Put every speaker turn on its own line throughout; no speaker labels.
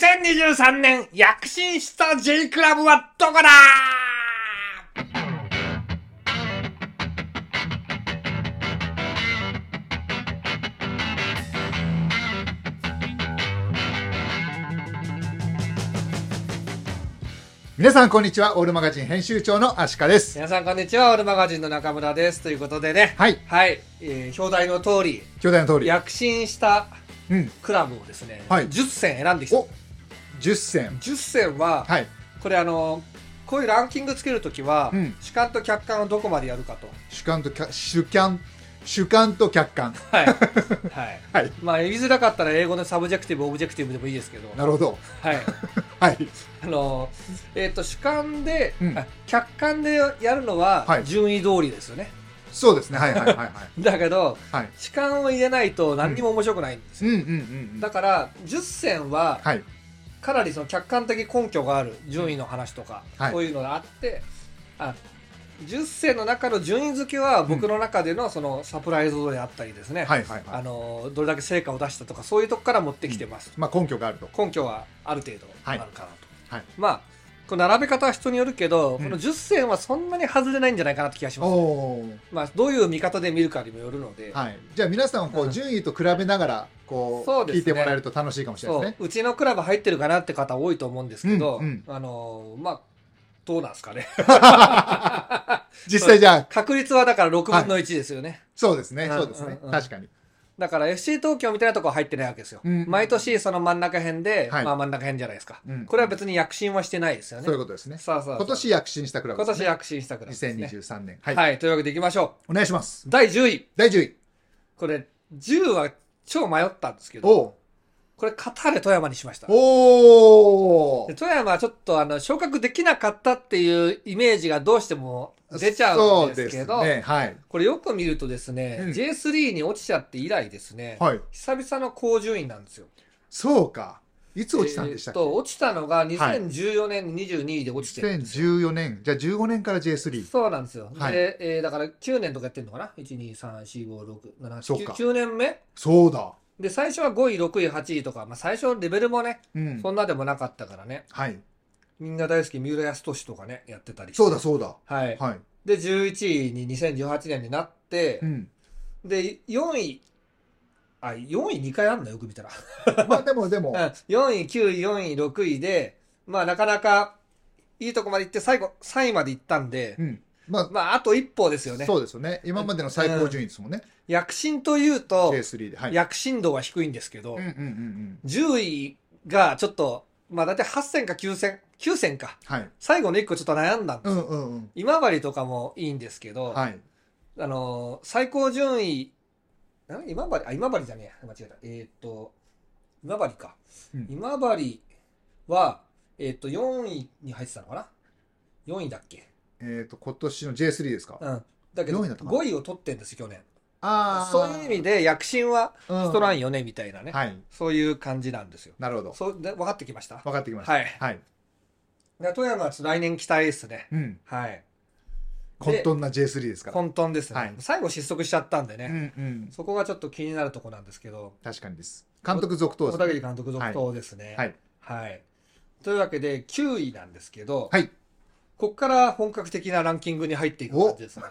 2023年躍進した J クラブはどこだ
皆さんこんにちはオールマガジン編集長のアシカです
皆さんこんにちは、オールマガジンの中村です。ということでね、
はい
はい、えー表題の通り、
兄弟の通り
躍進した
うん
クラブをですね、
はい
10選選んできた。
お10選
10選は、
はい
これあの、こういうランキングつけるときは、
うん
主観と客観をどこまでやるかと。
主観と客主観主観と客観
はい。はい。
はい
まあ、言いづらかったら英語のサブジェクティブ、オブジェクティブでもいいですけど、
なるほど
はい。
はい
あのえっ、と主観で、
うん
あ客観でやるのは
はい
順位通りですよね、
そうですねはいはいはいはい
だけど
はい
主観を入れないと何にも面白くないんです
う
よ、
んうんうんうん
だから10選は
はい
かなりその客観的根拠がある順位の話とか、
はい
こういうのがあってあ10選の中の順位付けは僕の中でのそのサプライズ度であったりですね、
はいはいは
あ
い
のどれだけ成果を出したとかそういうとこから持ってきてます、
まあ根拠があると
根拠はある程度あ
はい
るかなと、
はい
まあこの並べ方は人によるけど、
うん
この10選はそんなに外れないんじゃないかなって気がし
お
ます、ね
おー
まあ、どういう見方で見るかにもよるので、
はいじゃあ皆さんこ
うん
う順位と比べながらこう
そうですね
聞いてもらえると楽しいかもしれない
そう
ですね
うちのクラブ入ってるかなって方多いと思うんですけど、
うんうん
あのーまあどうなんですかね
実際じゃあ
確率はだから6分の1ですよね、
そうですね
うん
そうですね
うんうん
確かに
だから FC 東京みたいなとこは入ってないわけですよ、
うんうん
毎年その真ん中辺で、
はい
まあ真ん中辺じゃないですか、
うん
これは別に躍進はしてないですよね
そういうことですね
さあさあさあ
今年躍進したクラブ
今
です
年
ね
躍進したクラブですね
2023年
は、
はいい
というわけでいきましょ
お願いします
う第10位
第10位
これ10は超迷ったんですけど
おう
これカターレ富山にしました
お
で
ー
富山はちょっとあの昇格できなかったっていうイメージがどうしても出ちゃうんですけど
そうですねはい
これよく見るとですね、
うん
J3 に落ちちゃって以来ですね、
はい
久々の好順位なんですよ
そうかいつ落ちたんでしたっけ、
えーと落ちたのが2014年に22位で落ちてるんですよ
2014年じゃあ15年から J3
そうなんですよ、
はい
で、えーだから9年とかやってるのかな
そうか
123456789年目
そうだ
で最初は5位6位8位とか、まあ、最初レベルもね
うん
そんなでもなかったからね。
はい
みんな大好き三浦康俊とかね、やってたりして
そうだそうだ
はい。
はい
で、11位に2018年になって
う、ん
で、4位、あ、4位2回あるんだよ、よく見たら。
まあでもでも
4位、9位、4位、6位で、まあなかなかいいとこまで行って、最後、3位まで行ったんで
う、んまあ
まああと一歩ですよね。
そうですよね今までの最高順位ですもんね、
躍進というと、
J3 ではい
躍進度は低いんですけど
うん、うんうんうん
10位がちょっと、まあだいたい8戦か9戦、9戦か。
はい
最後の1個ちょっと悩んだんで
う
すよ
んうんうん
今治とかもいいんですけど、
はい
あのー最高順位、な今治、あ、今治じゃねえや、間違えた。えーっと、今治か。
うん
今治は、えーっと、4位に入ってたのかな ?4 位だっけ
えっ、と今年の J3 ですか、
うん。だけど、
4位だったかな
5位を取ってんですよ、去年。
ああ
そういう意味で、躍進は
ス
ストラ
イ
インよね、みたいなね。
はい
そういう感じなんですよ。
なるほど
そうで分かってきました。
分かってきました
はい。
はい、
で富山はちょっと来年期待ですね。
うん
はい。
混沌な J3 ですから
混沌ですね。
はい
最後失速しちゃったんで
う
ね。
んうん
そこがちょっと気になるとこなんですけど、
確かにです監督続投
小
です
田切
ね
監督続投ですね。
はい
はいというわけで、9位なんですけど、
はい
ここから本格的なランキングに入っていく感じですね。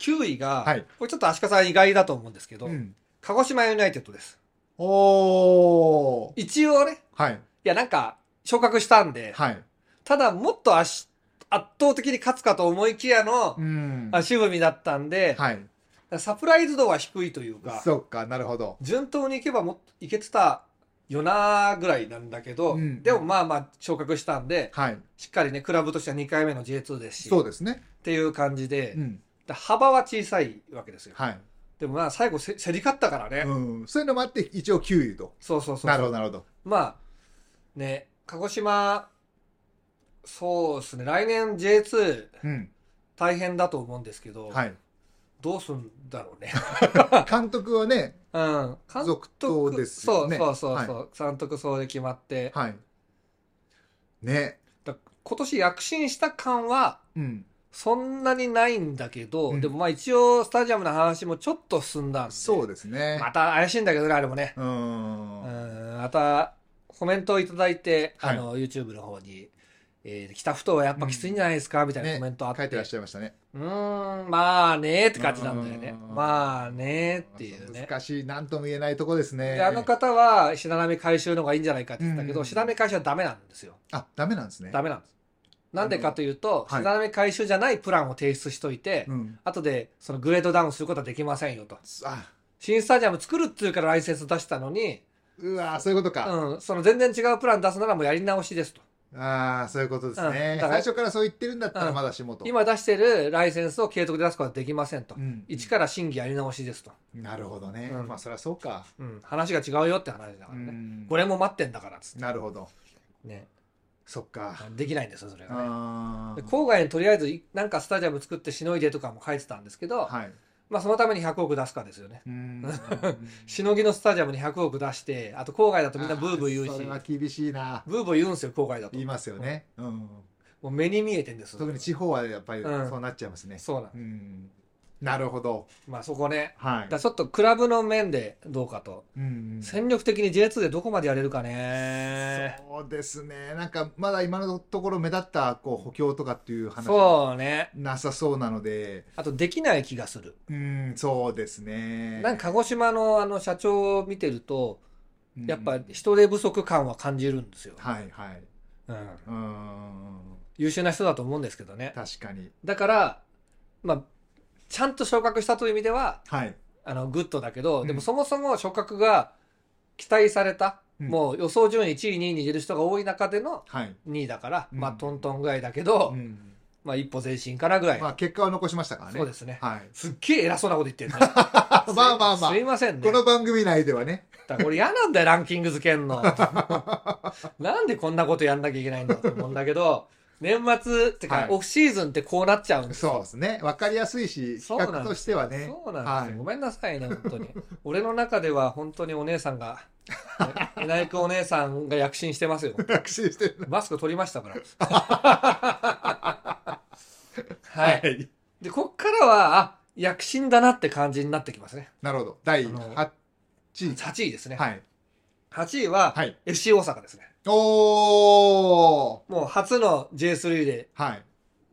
9位 が、
はい
これちょっと足利さん意外だと思うんですけど、
うん
鹿児島ユナイテッドです。
おー
一応ね、
はい
いやなんか昇格したんで、
はい
ただもっと足圧倒的に勝つかと思いきやの
うん
足踏みだったんで、
はい
サプライズ度は低いというか、
そっかなるほど
順当にいけばもっといけてたよなぐらいなんだけど、
うん
でもまあまあ昇格したんで、
はい
しっかりね、クラブとしては2回目の J2 ですし、
そうですね
っていう感じで、
うん
で幅は小さいわけですよ。
はい
でもまあ最後せ、競り勝ったからね。
うんそういうのもあって一応9位と
そうそうそう。
なるほどなるほど
まあ、ね、鹿児島、そうですね、来年 J2
うん
大変だと思うんですけど、
はい
どうすんだろう ね。
監督はね
うん。監督、
続投ですよね
そうそうそうそう、
は
監督そうで決まって、
はいね
だ今年躍進した感は、
うん
そんなにないんだけど、
うん
でもまあ一応スタジアムの話もちょっと進んだんで
そうですね
また怪しいんだけどね、あれもね。
うーん
うん、また、コメントをいただいて、
はい
あの YouTube の方に、えー、北ふ頭はやっぱきついんじゃないですか、みたいなコメントあって、
書いてらっしゃいましたね。
うーん、まあねーって感じなんだよね
う。ん
まあねーっていうね。
難しい、なんとも言えないとこですね。
で、あの方は、しなみ回収の方がいいんじゃないかって言ってたけ
う
ど、
ん
しなみ回収はダメなんですよ。
あ、ダメなんですね。
ダメなんです。なんでかというと、し
あの
なみ回収じゃないプランを提出しといて、
うん。
後で、そのグレードダウンすることはできませんよと。
あ、
新スタジアム作るっていうからライセンス出したのに、
うわ、そういうことか。
うん、その全然違うプラン出すならもうやり直しですと。
ああ、そういうことです
うん
ね。
だから
最初からそう言ってるんだった
う
ら
ん
まだしもと。
今出してるライセンスを継続で出すことはできませんと
う。ん、
一から審議やり直しですと。
なるほどね。
うん
まあ、そりゃそうか。
うん、話が違うよって話だから
う
ね。
ん
これも待ってんだからっつって。
なるほど。
ね。
そっか。
できないんですよ、それがね。
あ
で
ー
郊外にとりあえずいなんかスタジアム作ってしのいでとかも書いてたんですけど、
はい。
まあそのために100億出すかですよね。
うん
しのぎのスタジアムに100億出して、あと郊外だとみんなブーブー言
あ
う
それは
し、
厳しいな。
ブーブー言うんですよ、郊外だと
言い。ますよね。うん。
もう目に見えてんですよ
特に地方はやっぱり
うん
そうなっちゃいますね。
そうなん
う。ん。なるほど。
まあそこね。
は
だ
い
からちょっとクラブの面でどうかと。。
うん
戦力的に J2 でどこまでやれるかね。
そうですね。なんかまだ今のところ目立ったこう補強とかっていう話は
そうね。
なさそうなので、
あとできない気がする。
うん、そうですね。
なんか鹿児島のあの社長を見てると、
うん
やっぱ人手不足感は感じるんですよ。
はいはい。
うん、
うん、
優秀な人だと思うんですけどね。
確かに。
だから、まあ、ちゃんと昇格したという意味では、
はい。
あの、グッドだけど、
うん
でもそもそも昇格が期待された、
うん
もう予想順位1位、2位に入れる人が多い中での
はい。
2位だから、
うん
まあ、トントンぐらいだけど、
うん
まあ、一歩前進かなぐらい。
まあ結果は残しましたからね。
そうですね。
はい。
すっげえ偉そうなこと言ってるね。
まあまあまあ。
すいませんね。
この番組内ではね。
だからこれ嫌なんだよ、ランキング付けんの。 なんでこんなことやんなきゃいけないんだと思うんだけど、年末ってか、
はい
オフシーズンってこうなっちゃうんです
そう
よ。
ですね。わかりやすいし、
そうな
企
んです
画としてはね。
そうなんですよ。
はい
ごめんなさいね、本当に。俺の中では本当にお姉さんが、えな井くんお姉さんが躍進してますよ。
学習してる。
マスク取りま したから。はい。
い。
で、こっからは、あ、躍進だなって感じになってきますね。
なるほど。第
あの
8位。
8位ですね。
はい。
8位は、
はい。
FC 大阪ですね。
おー
もう初の J3 で
はい。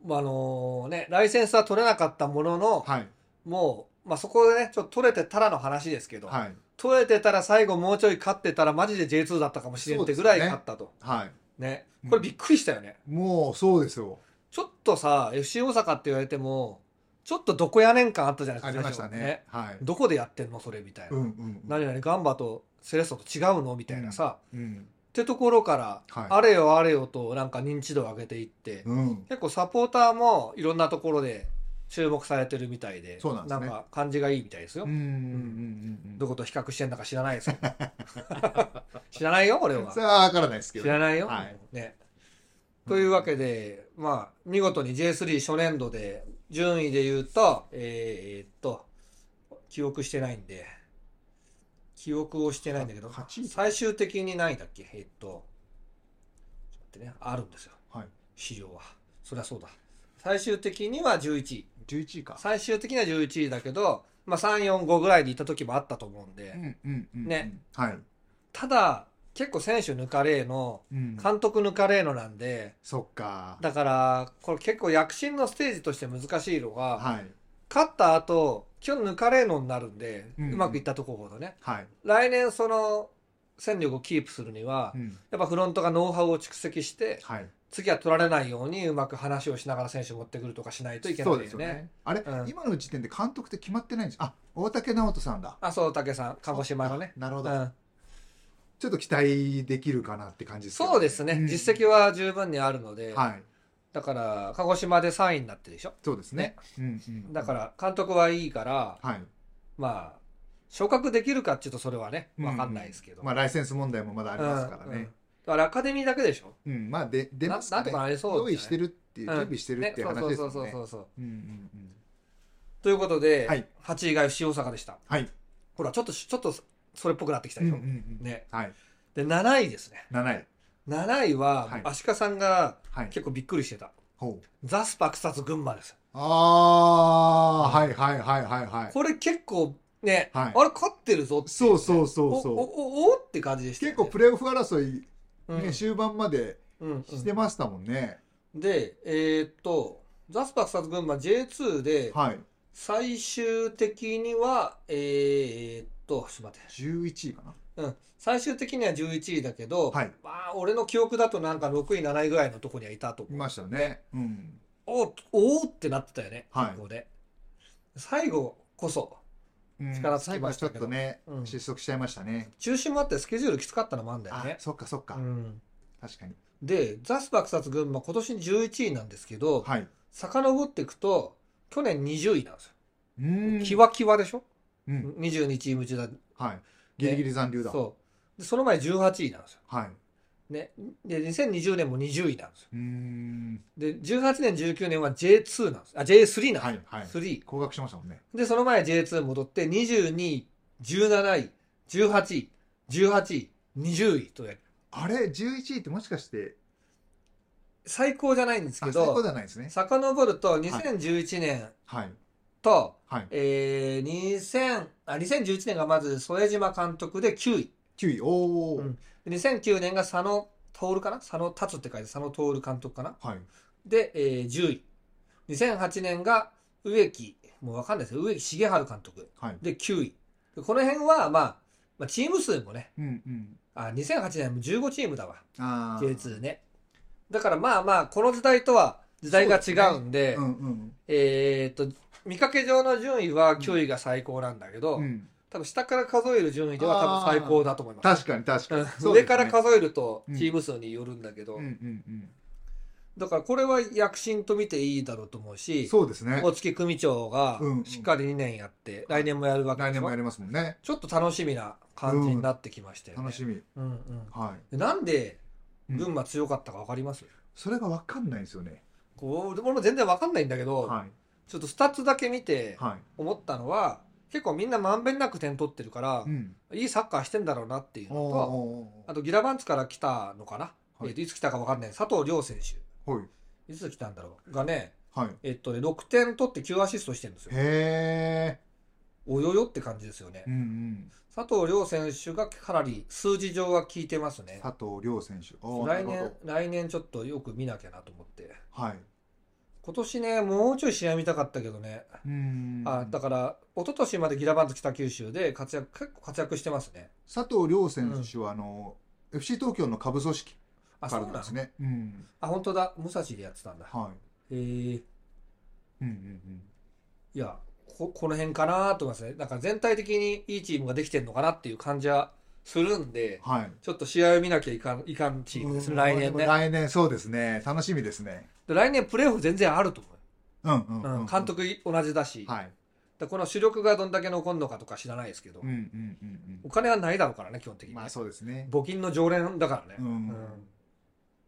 まああのね、ライセンスは取れなかったものの、
はい。
もう、まあ、そこでね、ちょっと取れてたらの話ですけど、
はい。
取れてたら最後もうちょい勝ってたらマジで J2 だったかもしれんってぐらい
そうですね
勝ったと。
はい。
ね。
うん
これびっくりしたよね。
もう、そうですよ。
ちょっとさ、FC 大阪って言われても、ちょっとどこやねん感あったじゃないで
あ
す
り
か。
ました
最初
ね。はい。
どこでやってんのそれみたいな。
うんうんうん。
何々ガンバとセレッソと違うのみたいなさ、っ
うん。
てところから、
はい
あれよあれよとなんか認知度を上げていって、
うん。
結構サポーターもいろんなところで注目されてるみたいで、
そうなんですね
か感じがいいみたいですよ。
うんうんうんう
ど
ん
こと比較してんだか知らない ですよ。知らないよ、俺
うん。それ
は。
はわからないですけ
知
ど。
らないよ。
はい
ね。というわけで、まあ、見事に J3 初年度で、順位で言うと、えーえーっと、記憶してないんで、記憶をしてないんだけど、
八位
最終的に何位だっけえーっと、ちょっと待ってね、あるんですよ。
はい。
市場は。そりゃそうだ。最終的には11位。
11位か。
最終的には11位だけど、まあ3、4、5ぐらいにいた時もあったと思うんで、
うんうんうん。
ね。
はい。
ただ、結構選手抜かれーの、
うん。
監督抜かれーのなんで、
そっか。
だから、これ結構躍進のステージとして難しいのが、
はい。
勝った後、今日抜かれーのになるんで、う
うん
まくいったとこほどね。
はい。
来年その、戦力をキープするには、
うん。
やっぱフロントがノウハウを蓄積して、
はい。
次は取られないようにうまく話をしながら選手持ってくるとかしないといけない
そう
よ
ですよ
ね。
ね。あれ
うん
今の時点で監督って決まってないんですあ、大竹直人さんだ。
あ、そう、武さん、鹿児島のね。
あなるほ
う
ど、
ん、
ちょっと期待できるかなって感じですけど
そうですね、実績、は十分にあるので、
うんはい
だから、鹿児島で3位になってるでしょ。
そうですねうんうん
だから、監督はいいから、
はい
まあ、昇格できるかっていうと、それはね、わかんないですけど。
まあライセンス問題もまだありますから
うんうん
ね
だから、アカデミーだけでしょ。
うん、まあで出ます
ななんとかなりそう
用
ですね
意してるっていう
うん
準備してるっていう
ね、
話
そう
です
そ
よ
うそうそ
ね
うそう。
うんうんうん
ということで、
はい
8位が吉大阪でした。
はい
ほら、ちょっと、ちょっと、それっぽくなってきた
うん
で
う
し
ん
ょ。
うん
ね
はい
で、7位ですね。
7位
7位は、
はい
足利さんが
はい
結構びっくりしてた。
ほう
ザスパ草津群馬です。
ああーはいはいはいはいはい
これ結構ね、
はい
あれ勝ってるぞっていね
そうそうそうそう
おおおおって感じでしたよ
結
ね、
構プレーオフ争い
うん
ね、終盤まで
うんうん
してましたもんね。
で、えーっと、ザスパ草津群馬 J2 で、
はい。
最終的には、えーっと、ちょっと待って、
11位かな。
うん、最終的には11位だけど、
はい。
まあ、俺の記憶だとなんか6位、7位ぐらいのとこにはいたと
い
思う。
ましたね。うん。
おーおーってなってたよね、
はい
ここで。最後こそ、
うん
力尽き
最
ま
後
し
ちょ
た
っ
けど
とね、
うん
失速しちゃいましたね。
中止もあってスケジュールきつかったのもあるんだよ
あ
ね、。
そっかそっか。
うん、
確かに。
で、ザスパ草津群馬今年11位なんですけど、
はい。
遡っていくと、去年20位なんですよ。
うーん。
キワキワでしょ
うん。
?22 チーム中だ。
はい。ギリギリ残留だ。
そう。で、その前18位なんですよ。
はい。
ね。で、2020年も20位なんですよ。
うーん。
で、18年、19年は J2 なんです。あ、J3 なん
は
で
い。はい
す。。3。
降格しましたもんね。
で、その前 J2 戻って、22位、17位、18位、18位、20位とやる。
あれ、11位ってもしかして、
最高じゃないんです
あ
け
最高
ど、
じゃないですね。
遡ると2011年
はい。
と、
はい。
えー、2000あ2011年がまず副島監督で9位。
9位。おお、
うんで2009年が佐野徹かな佐野達って書いて佐野徹監督かな
はい。
で、えー10位。2008年が植木、もうわかんないですよ。植木重治監督。
はい。
で、9位。でこの辺は、まあ、まあ、チーム数もね、
うんうん。
あ、2008年も15チームだわ。
ああ。
J2 ね。だからまあまあ、この時代とは時代が違うんで、
うんうん。
えーっと、見かけ上の順位は9位が最高なんだけど、
うん、
多分下から数える順位では多分最高だと思います。
確かに確かに。
うん
そうで
上
すね
から数えるとチーム数によるんだけど、
うんうん
だからこれは躍進と見ていいだろうと思う
うん。
し、
そうです ね。
大月組長が
うんうん
しっかり2年やって、来年もやるわけ
来
でし
年も
ょ
やりますもんね。
ちょっと楽しみな感じになってきましたよね。
楽しみ。
うんうん
は
でなんで
い。うん
群馬強かったか分かります、
それがわかんないんですよね。
こう俺も全然分かんないんだけど、
は
ちょっとスタッツだけ見
い。
て
は
思ったのは、結構みんなまんべんなく点取ってるから
い。う、ん。
いいサッカーしてんだろうなっていうの
おー
と、
おー
あとギラバンツから来たのかな、
はい
いえーといつ来たか分かんない佐藤亮選手。
おーはい。
いつ来たんだろうがね、
はい。
えっとね、6点取って9アシストしてるんですよ。
へえ。
およよって感じですよね
うん。うん。
佐藤亮選手がかなり数字上は効いてますね。
佐藤亮選手。おー
来。
なる
年、来年ちょっとよく見なきゃなと思って。
ほどはい。
今年ね、もうちょい試合見たかったけどね。
うん。
あだから、一昨年までギラバンズ北九州で活躍、結構活躍してますね。
佐藤亮選手は、あの、FC 東京の下部組織
あ、
か
そ
ら
う
なん
な
で
ん
すね。うん。
あ、本当だ。武蔵でやってたんだ。
は
えー、
い。うんうん
いや、こ、この辺かなと思いますね。なんか全体的にいいチームができてるのかなっていう感じはするんで
うん。、はい。
ちょっと試合を見なきゃいかん、いかんチームですね、来年
でも
ね。
来年、そうですね。楽しみですね。
で来年プレーオフ全然あると思
うんうん
う。
う。
うんん、監督同じだし、
はい。
でこの主力がどんだけ残るのかとか知らないですけど、
うんうんうん
お金はないだろうからね、基本的
うん。
に、ね
まあそうですね。
募金の常連だからね。
うん
うん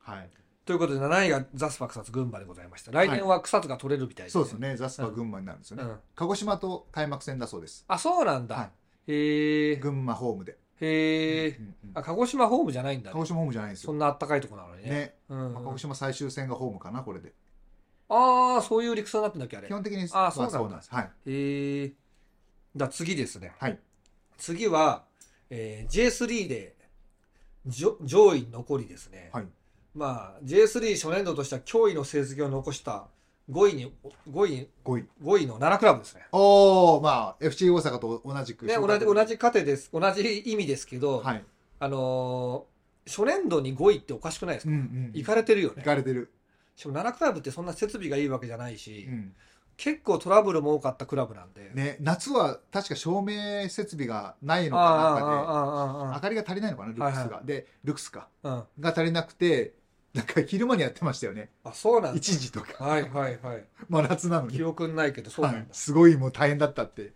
はい。
ということで、7位がザスパ草津群馬でございました。来年は草津が取れるみたいです、
そうです。ね。ザスパ群馬になるんですよ
う
ね。
ん。
鹿児島と開幕戦だそうです。
あ、そうなんだ。
は
へ
い。
え。
群馬ホームで。
へえ
う。んうん
あ、鹿児島ホームじゃないんだ
鹿
ね
児。島ホームじゃないんです
そ
よ。
んなあったかいとこなのにね。
ね。
うん。
まあ鹿児島最終戦がホームかな、これで。
ああ、そういう理屈になってんだっけ、あれ。
基本的に
あ
は
そうなんだ
です。はい。
へえ。だ次ですね。
はい。
次は、えー J3 でじょ上位残りですね。
はい
まあ、J3 初年度としては驚異の成績を残した5位に、5位に、
5位。
5位の奈良クラブですね。
おー、まあ、FC 大阪と同じく。
ね、同じ、同。じ過程です。同じ意味ですけど、
はい。
あのー初年度に5位っておかしくないです
う
か、
んうん。
行かれてるよね
行。かれてる。
しかも奈良クラブってそんな設備がいいわけじゃないし、
うん。
結構トラブルも多かったクラブなんで。
ね、夏は確か照明設備がないの
あ
か
あ、
なん
あ
かで。
あ、ああ、
明
あ
かりが足りないのかなルクスが、
はいは
でルクスか
あ。うん。
が足りなくてなんか昼間にやってましたよね
あ、そうなん
1
だ。
時とか
はいはいはい。
真夏なのに
記憶にないけど、そう
は
ないん、だ。
すごいもう大変だったって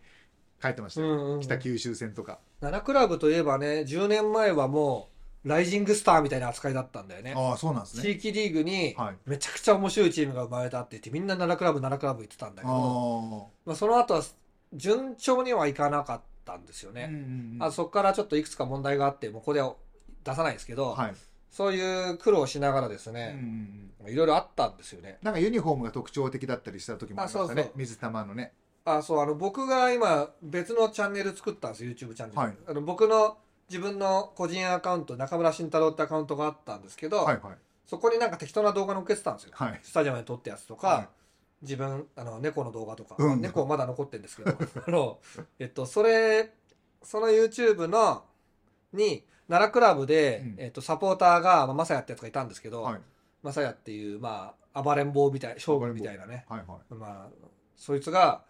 書いてました
う
よ、
んうんうん、
北九州戦とか、
7クラブといえばね、10年前はもう、ライジングスターみたいな扱いだったんだよね。
ああそうなんです
地
ね
域リーグに、
はい
めちゃくちゃ面白いチームが生まれたって言って、みんな7クラブ、7クラブ言ってたんだ
あ
け
あ
ど、まあ、その後は、順調にはいかなかったんですよ
ー、
ね。
ん
あそこからちょっといくつか問題があって、もうここでは出さないですけど、
はい、
そういう苦労をしながらです
うんうんう
ね、
ん
いろいろあったんですよね。
なんかユニフォームが特徴的だったりした時もありましたね
あそうそう
水玉のね
あ、そう、あの、僕が今、別のチャンネル作ったんですよ、YouTube チャンネル。
はい
あの僕の自分の個人アカウント中村慎太郎ってアカウントがあったんですけど、
はいはい
そこになんか適当な動画載っけてたんですよ、
はい
スタジアムで撮ったやつとか、
はい
自分あの猫の動画とか、
うん
猫まだ残ってるんですけ どあの、えっと、それその YouTube のに奈良クラブで、
うん
えっと、サポーターが、まあ、マサヤってやつがいたんですけど、
はい
マサヤっていう、まあ、暴れん坊みたい将軍みたいなね
はいはい
まあ、そいつが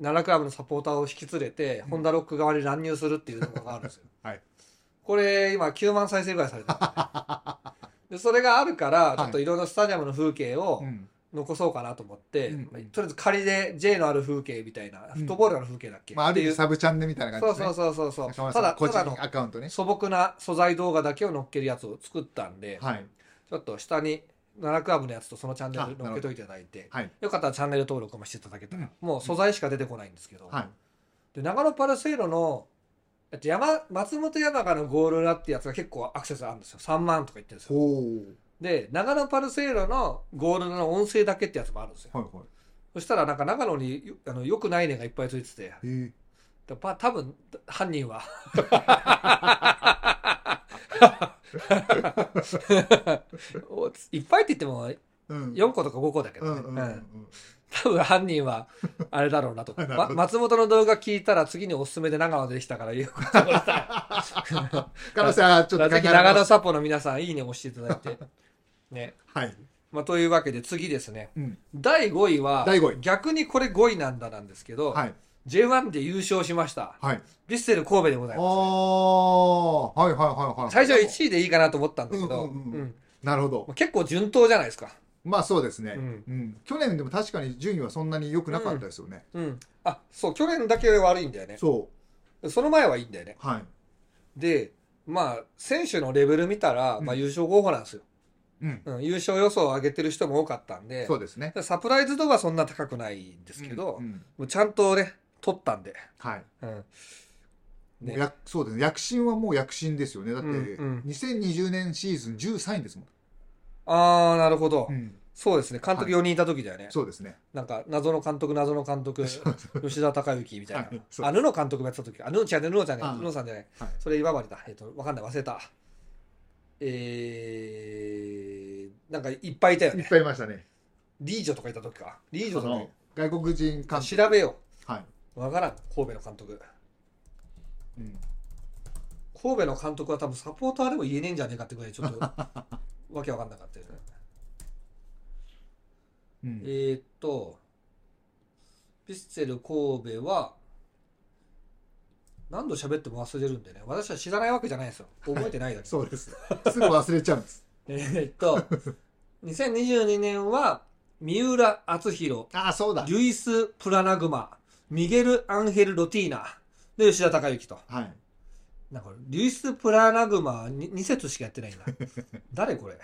奈良クラブのサポーターを引き連れて、
うん
ホンダロック側に乱入するっていう動画があるんですよ。
はい
これ今9万再生ぐらいされてるんですね、 でそれがあるから
い
ちょっといろんなスタジアムの風景を
うん
残そうかなと思って、
うん
まあとりあえず仮で J のある風景みたいな、
ん
フットボールのある風景だっけ、
まああ
って
る意
いう
味サブチャンネルみたいな
そう
感じで
そう
すね
そうそうそう
中
た
村さ
だ
ん個
た
人
だの
アカウントね
素朴な素材動画だけを乗っけるやつを作ったんで、
はい
ちょっと下に奈良クラブのやつとそのチャンネ
あなる
ル
ほど
乗っけといていただいて、
はい
よかったらチャンネル登録もしていただけたら、
うん
もう素材しか出てこないんですけど、
はい
で長野パルセイロのえっと山松本山鹿のゴール裏ってやつが結構アクセスあるんですよ3万とか言ってるんですよ
ほう
で長野パルセイロのゴール裏の音声だけってやつもあるんですよ、
はいはい
そしたらなんか長野によあのよくないねがいっぱいついてて
えー
でまあ多分犯人 は おいっぱいって言っても
うん
4個とか5個だけどね、
うんうん
う
うんん
多分犯人 はあれだろうなと、
なるほ
ま
ど
松本の動画聞いたら次におすすめで長野でした から言うことをした
可能性はちょっと考
ぜ
え
ひ
られ
長
ま
野
す
サポの皆さんいいね押していただい てね
はい
まあというわけで次ですね
うん
第5位は
第五位
逆にこれ5位なんだなんですけど、
はい
J1 で優勝しました
はい
ヴィッセル神戸でござい
あ
ます
あはいはいはいはい
最初は1位でいいかなと思ったんだけど、
うんうんうん
うん
なるほど
まあ結構順当じゃないですか、
まあそうですね、
う
うんん去年でも確かに順位はそんなに良くなかったですよね、
うん、あそう去年だけ悪いんだよね
そ
その前はいいんだよね
うはい
で、まあ、選手のレベル見たら、
うん
まあ、優勝候補なんですよ、
うん、
うん。優勝予想を上げてる人も多かったんで、
そうですね
サプライズ度はそんな高くないんですけど、
うんうん
もうちゃんとね、取ったんで。
はい
うん、
も
ね
うやそうですね躍進はもう躍進ですよねだって、
うんうん
2020年シーズン13位ですもん、
あー、なるほど、
うん
そうですね。監督
はい
4人いた時だよね。
そうですね
なんか、謎の監督、謎の監 督、吉田隆之みたいな。
はいそう
あ、布監督がやってた時。あ、布ちゃんね、布ちゃんね
あ、
布さんじゃない。
はい
それ今治だ。えっ、と、わかんない、忘れた。えー、なんかいっぱいいたよ
いっ
ね。
ぱいいましたね
リージョとかいた時か。リージョ
そ
とか
の外国人監督
調べよ
はい、
うわからん神戸の監督
うん、
神戸の監督は多分サポーターでも言えねえんじゃねえかってぐらいちょっ とわけわかんなかったよね
うん
えーっとヴィッセル神戸は何度喋っても忘れるんでね私は知らないわけじゃないですよ覚えてないだけ、
そうですすぐ忘れちゃうんです
えーっと2022年は三浦篤弘
ああそうだ
ルイス・プラナグマミゲル・アンヘル・ロティーナで吉田隆之と
はい
なんか、リュイス・プラナグマに 2, 節しかやってないんだ。 誰これ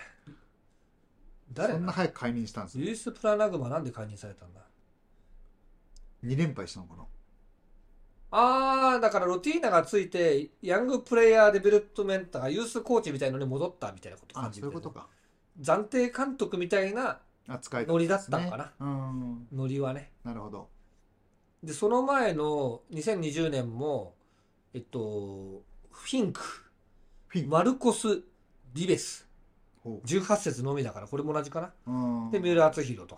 誰
そんな
な
早く解任したんですね
リュイス・プラナグマなんで解任されたんだ
2連敗したのかな
あー、だからロティーナがついて、ヤングプレイヤーデベロップメンターがユースコーチみたいのに戻ったみたいなこと
あ
感じ
そういうことか
暫定監督みたいな
扱い
ノリだったのかな、
うん
ノリはね。
なるほど
で、その前の2020年も、えっと、フィンク、
フィン
マルコス・リベス、
ほ
18節のみだから、これも同じかな。
ううん
で、三浦篤弘と。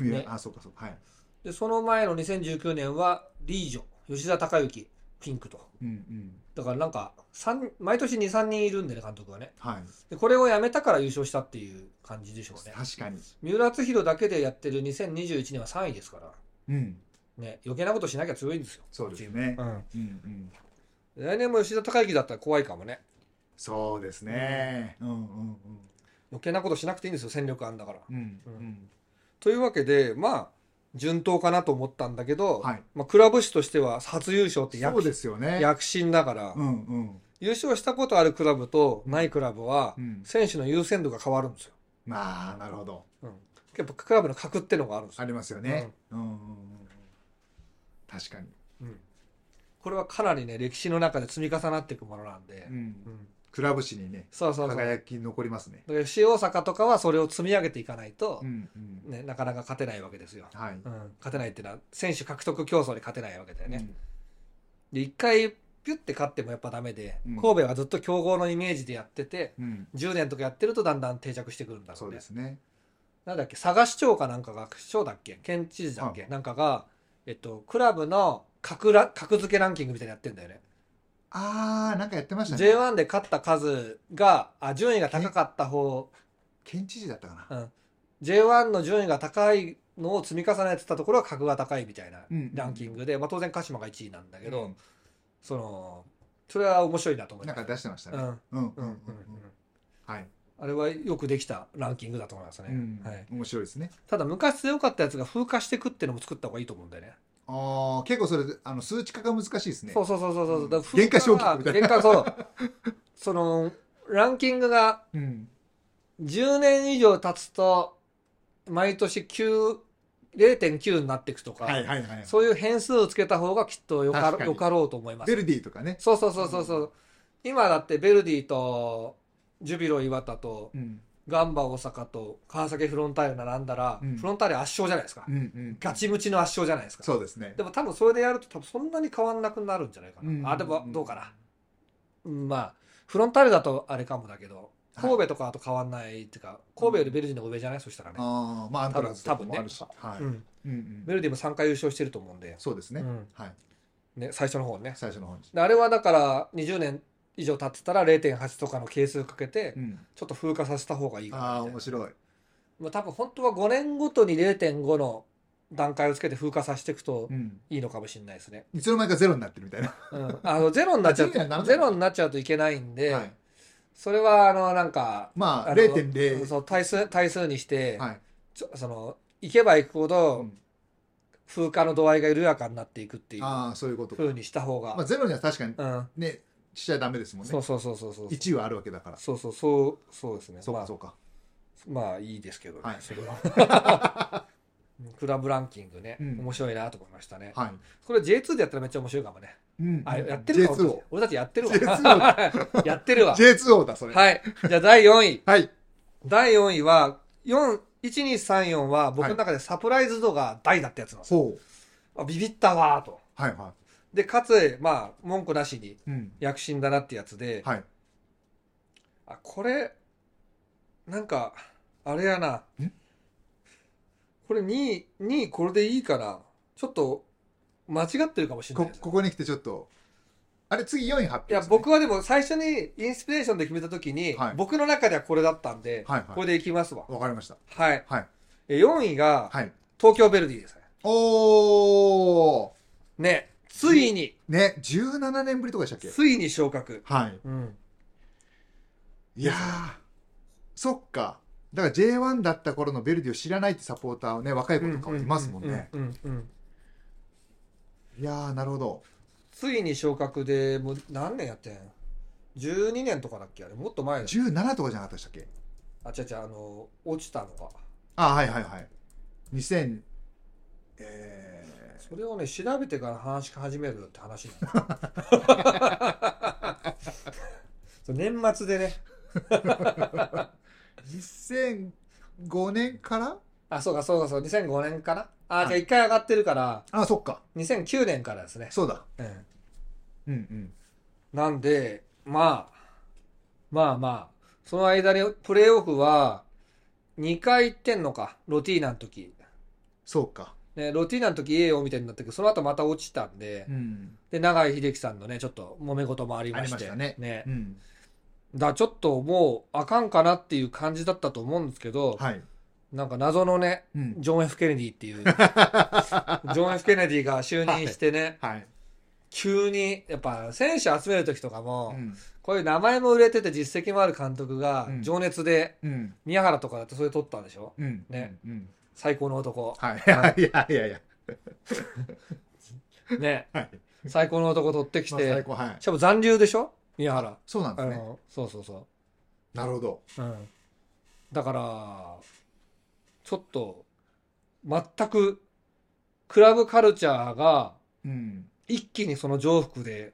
いや
ね
あそうかそうかはい
でその前の2019年はリージョ吉田隆之ピンクと
うんうん
だからなんか三毎年23人いるんでね監督はね
はい
でこれをやめたから優勝したっていう感じでしょうね
確かに
三浦篤弘だけでやってる2021年は3位ですから
うん
ね余計なことしなきゃ強いんですよ
そうですね
う、ん
うんうん、
来年も吉田隆之だったら怖いかもね
そうですねうんうん
余計なことしなくていいんですよ戦力あんだから
うんうん
う
うんん
というわけでまあ順当かなと思ったんだけど、
はい
まあ、クラブ史としては初優勝って
そう
躍
ですよね
躍進だから、
うんうん
優勝したことあるクラブとないクラブは、
うん
選手の優先度が変わるんですよ。
まあなるほど
うん、やっぱクラブの格ってのがあるんです
あ
よ。
りますよねうんうんうんうん確かに
うん、これはかなりね歴史の中で積み重なっていくものなんで、
う
うんん
クラブ史にね
そうそうそう。だか
輝き残りますね
ら FC 大阪とかはそれを積み上げていかないと
う、んうん
ね、なかなか勝てないわけですよ。
はい
うん、勝てないっていうのは選手獲得競争に勝てないわけだよね。
うん
で一回ヴィピュッて勝ってもやっぱダメで、
うん
神戸はずっと強豪のイメージでやってて
うん、
10年とかやってるとだんだん定着してくるんだろ
そうう
ね
で。すね。
なんだっけ佐賀市長かなんかが市長だっけ県知事だっけ、なんかが、えっと、クラブの格ら格付けランキングみたいなのやってんだよね。
あー、なんかやってましたね。
J1 で勝った数があ順位が高かった方
県知事だったかな。
J1 の順位が高いのを積み重ねてたところは格が高いみたいな
うん
ランキングで、まあ、当然鹿島が1位なんだけど、
うん
そのそれは面白いなと思い
な
ま
ん
す
か出してました
うんう
ね。
ん
うん、うん、
う
うん
うんん、
はい。
あれはよくできたランキングだと思いますね、
うん
はい、
面白いですね。
ただ昔強かったやつが風化してくっていうのも作った方がいいと思うんだよね
あー、結構それ、あの数値化が難しいですね。
そうそうそうそうそう
うん
だから
原価償却みたいな
原価そう そのランキングが
うん。
10年以上経つと毎年9 0.9になっていくとか、
はい、はい、はい。
そういう変数をつけた方がきっとよか
確かに
よかろうと思います
ベルディとかね。
そうそうそうそうそう、今だってベルディとジュビロ磐田と
うん、
ガンバ大阪と川崎フロンターレ並んだら、
うん
フロンターレ圧勝じゃないですか、
うん、うん。
ガチムチの圧勝じゃないですか
そうですね。
でも多分それでやると多分そんなに変わんなくなるんじゃないかな、
うん
あでもどうかな、うんまあフロンターレだとあれかもだけど
はい
神戸とかと変わんないっていうか神戸よりベルディの方が上じゃないそしたらね、
ああ、まあ、アントラーズとか
多分
も
ね
あるし。はい。
う
うん
ん、
うん
ベルディも3回優勝してると思うんで、
そうですね
う。ん
はい。
ね、最初の方ね
最初の方に。
であれはだから20年以上経ってたら0.8とかの係数かけて
うん。
ちょっと風化させた方がいいか
ああ、
なみ
面
たい
白い。
なまあ多分本当は5年ごとに0.5の段階をつけて風化させていくと
うん。
いいのかもしれないですね、
いつの間にかゼロになってるみたいな。
うん、あのゼロになっちゃう
ゼロにはならない
ゼロになっちゃうといけないんで、
はい。
それはあのなんか
まあ、
あの
0.0。
そう対数対数にして、
はい。
ちょその行けば行くほど
うん
風化の度合いが緩やかになっていくっていう
ああ、そういうことか
風。にした方
まあ、
が、
ゼロには確かに
うん
ね、しちゃダメですもんね
そう。そうそうそうそう
1はあるわけだから。
そうそうそうそうですね
そう
まあ
か、そうか。
まあいいですけどね、
はい
それはクラブランキングね、
うん
面白いなと思いましたね。
はい。
これ J2 でやったらめっちゃ面白いかもね。
うん
あ、やってるか
J2
俺
を。
俺たちやってるわ。
J2
やってるわ。
J2 王だ、それ。はい。
はい。じゃあ第4位。
はい。
第4位は、4、1234は僕の中でサプライズ度が大だったやつなんですよ
ほう。
あビビったわーと。
はい、は
で、かつ、まあ、文句なしに
い。うん。
躍進だなってやつで、
はい。
あ、これ、なんか、あれやな。
ん
これ2位、2位これでいいかな。ちょっと、間違ってるかもしれない
こ
です。
ここに来てちょっと。あれ、次4位発表
いや、
ですね。
僕はでも最初にインスピレーションで決めたときに、
はい
僕の中ではこれだったんで、
はいはい
これでいきますわ。
わかりました。
はい。
はい。
え4位が、
はい。
東京ベルディですね。
おー。
ね、ついに、
ね、17年ぶりとかでしたっけ
ついに昇格。
はい。
うん。
いやー、そっか。だから J1 だった頃のベルディを知らないってサポーターをね、若い子とかもいますもんね。
うん。うんうんうん
いやー、なるほど。
ついに昇格で、もう何年やってん ?12 年とかだっけあれ、もっと前だ。
17とかじゃなかったでしたっけ
あ、違う違う、あの、落ちたのか。
あ、はいはいはい。2000、え
それをね、調べてから話し始めるって話なんだ そう年末でね。
ー、2005年から
あ、そうかそうかそう、2005年かなあ、
はい
じゃあ一回上がってるから、
あ、そっか。
2009年からですね。
そうだ。
うん
うんうん。
なんで、まあ、まあまあ、その間にプレーオフは2回行ってんのか、ロティーナの時。
そうか。
ね、ロティーナの時ええよみたいになったけど、その後また落ちたんで
う、ん。
で、長井秀樹さんのね、ちょっと揉め事もありまし、
ありましてたね
ね
う。ん。
だちょっともうあかんかなっていう感じだったと思うんですけど、
はい。
なんか謎のね、
うん。
ジョン・ F ・ケネディって いう、ジョン・ F ・ケネディが就任してね、
はい。
急に、やっぱ選手集める時とか
う
も、
ん。
こういう名前も売れてて実績もある監督が
うん
情熱で、
うん。
宮原とかだってそれ取ったんでしょ
うん。
ね
うん。
最高の男。
はい。いやいやいや。
ね。
はい。
最高の男取ってき
まあ最
て、
高はい
し。かも残留でしょ宮原。
そうなんで
あ
すね。
の、そうそうそ
なるほど。
う。うん。だから、ちょっと、全く、クラブカルチャーが
うん。
一気にその上腹で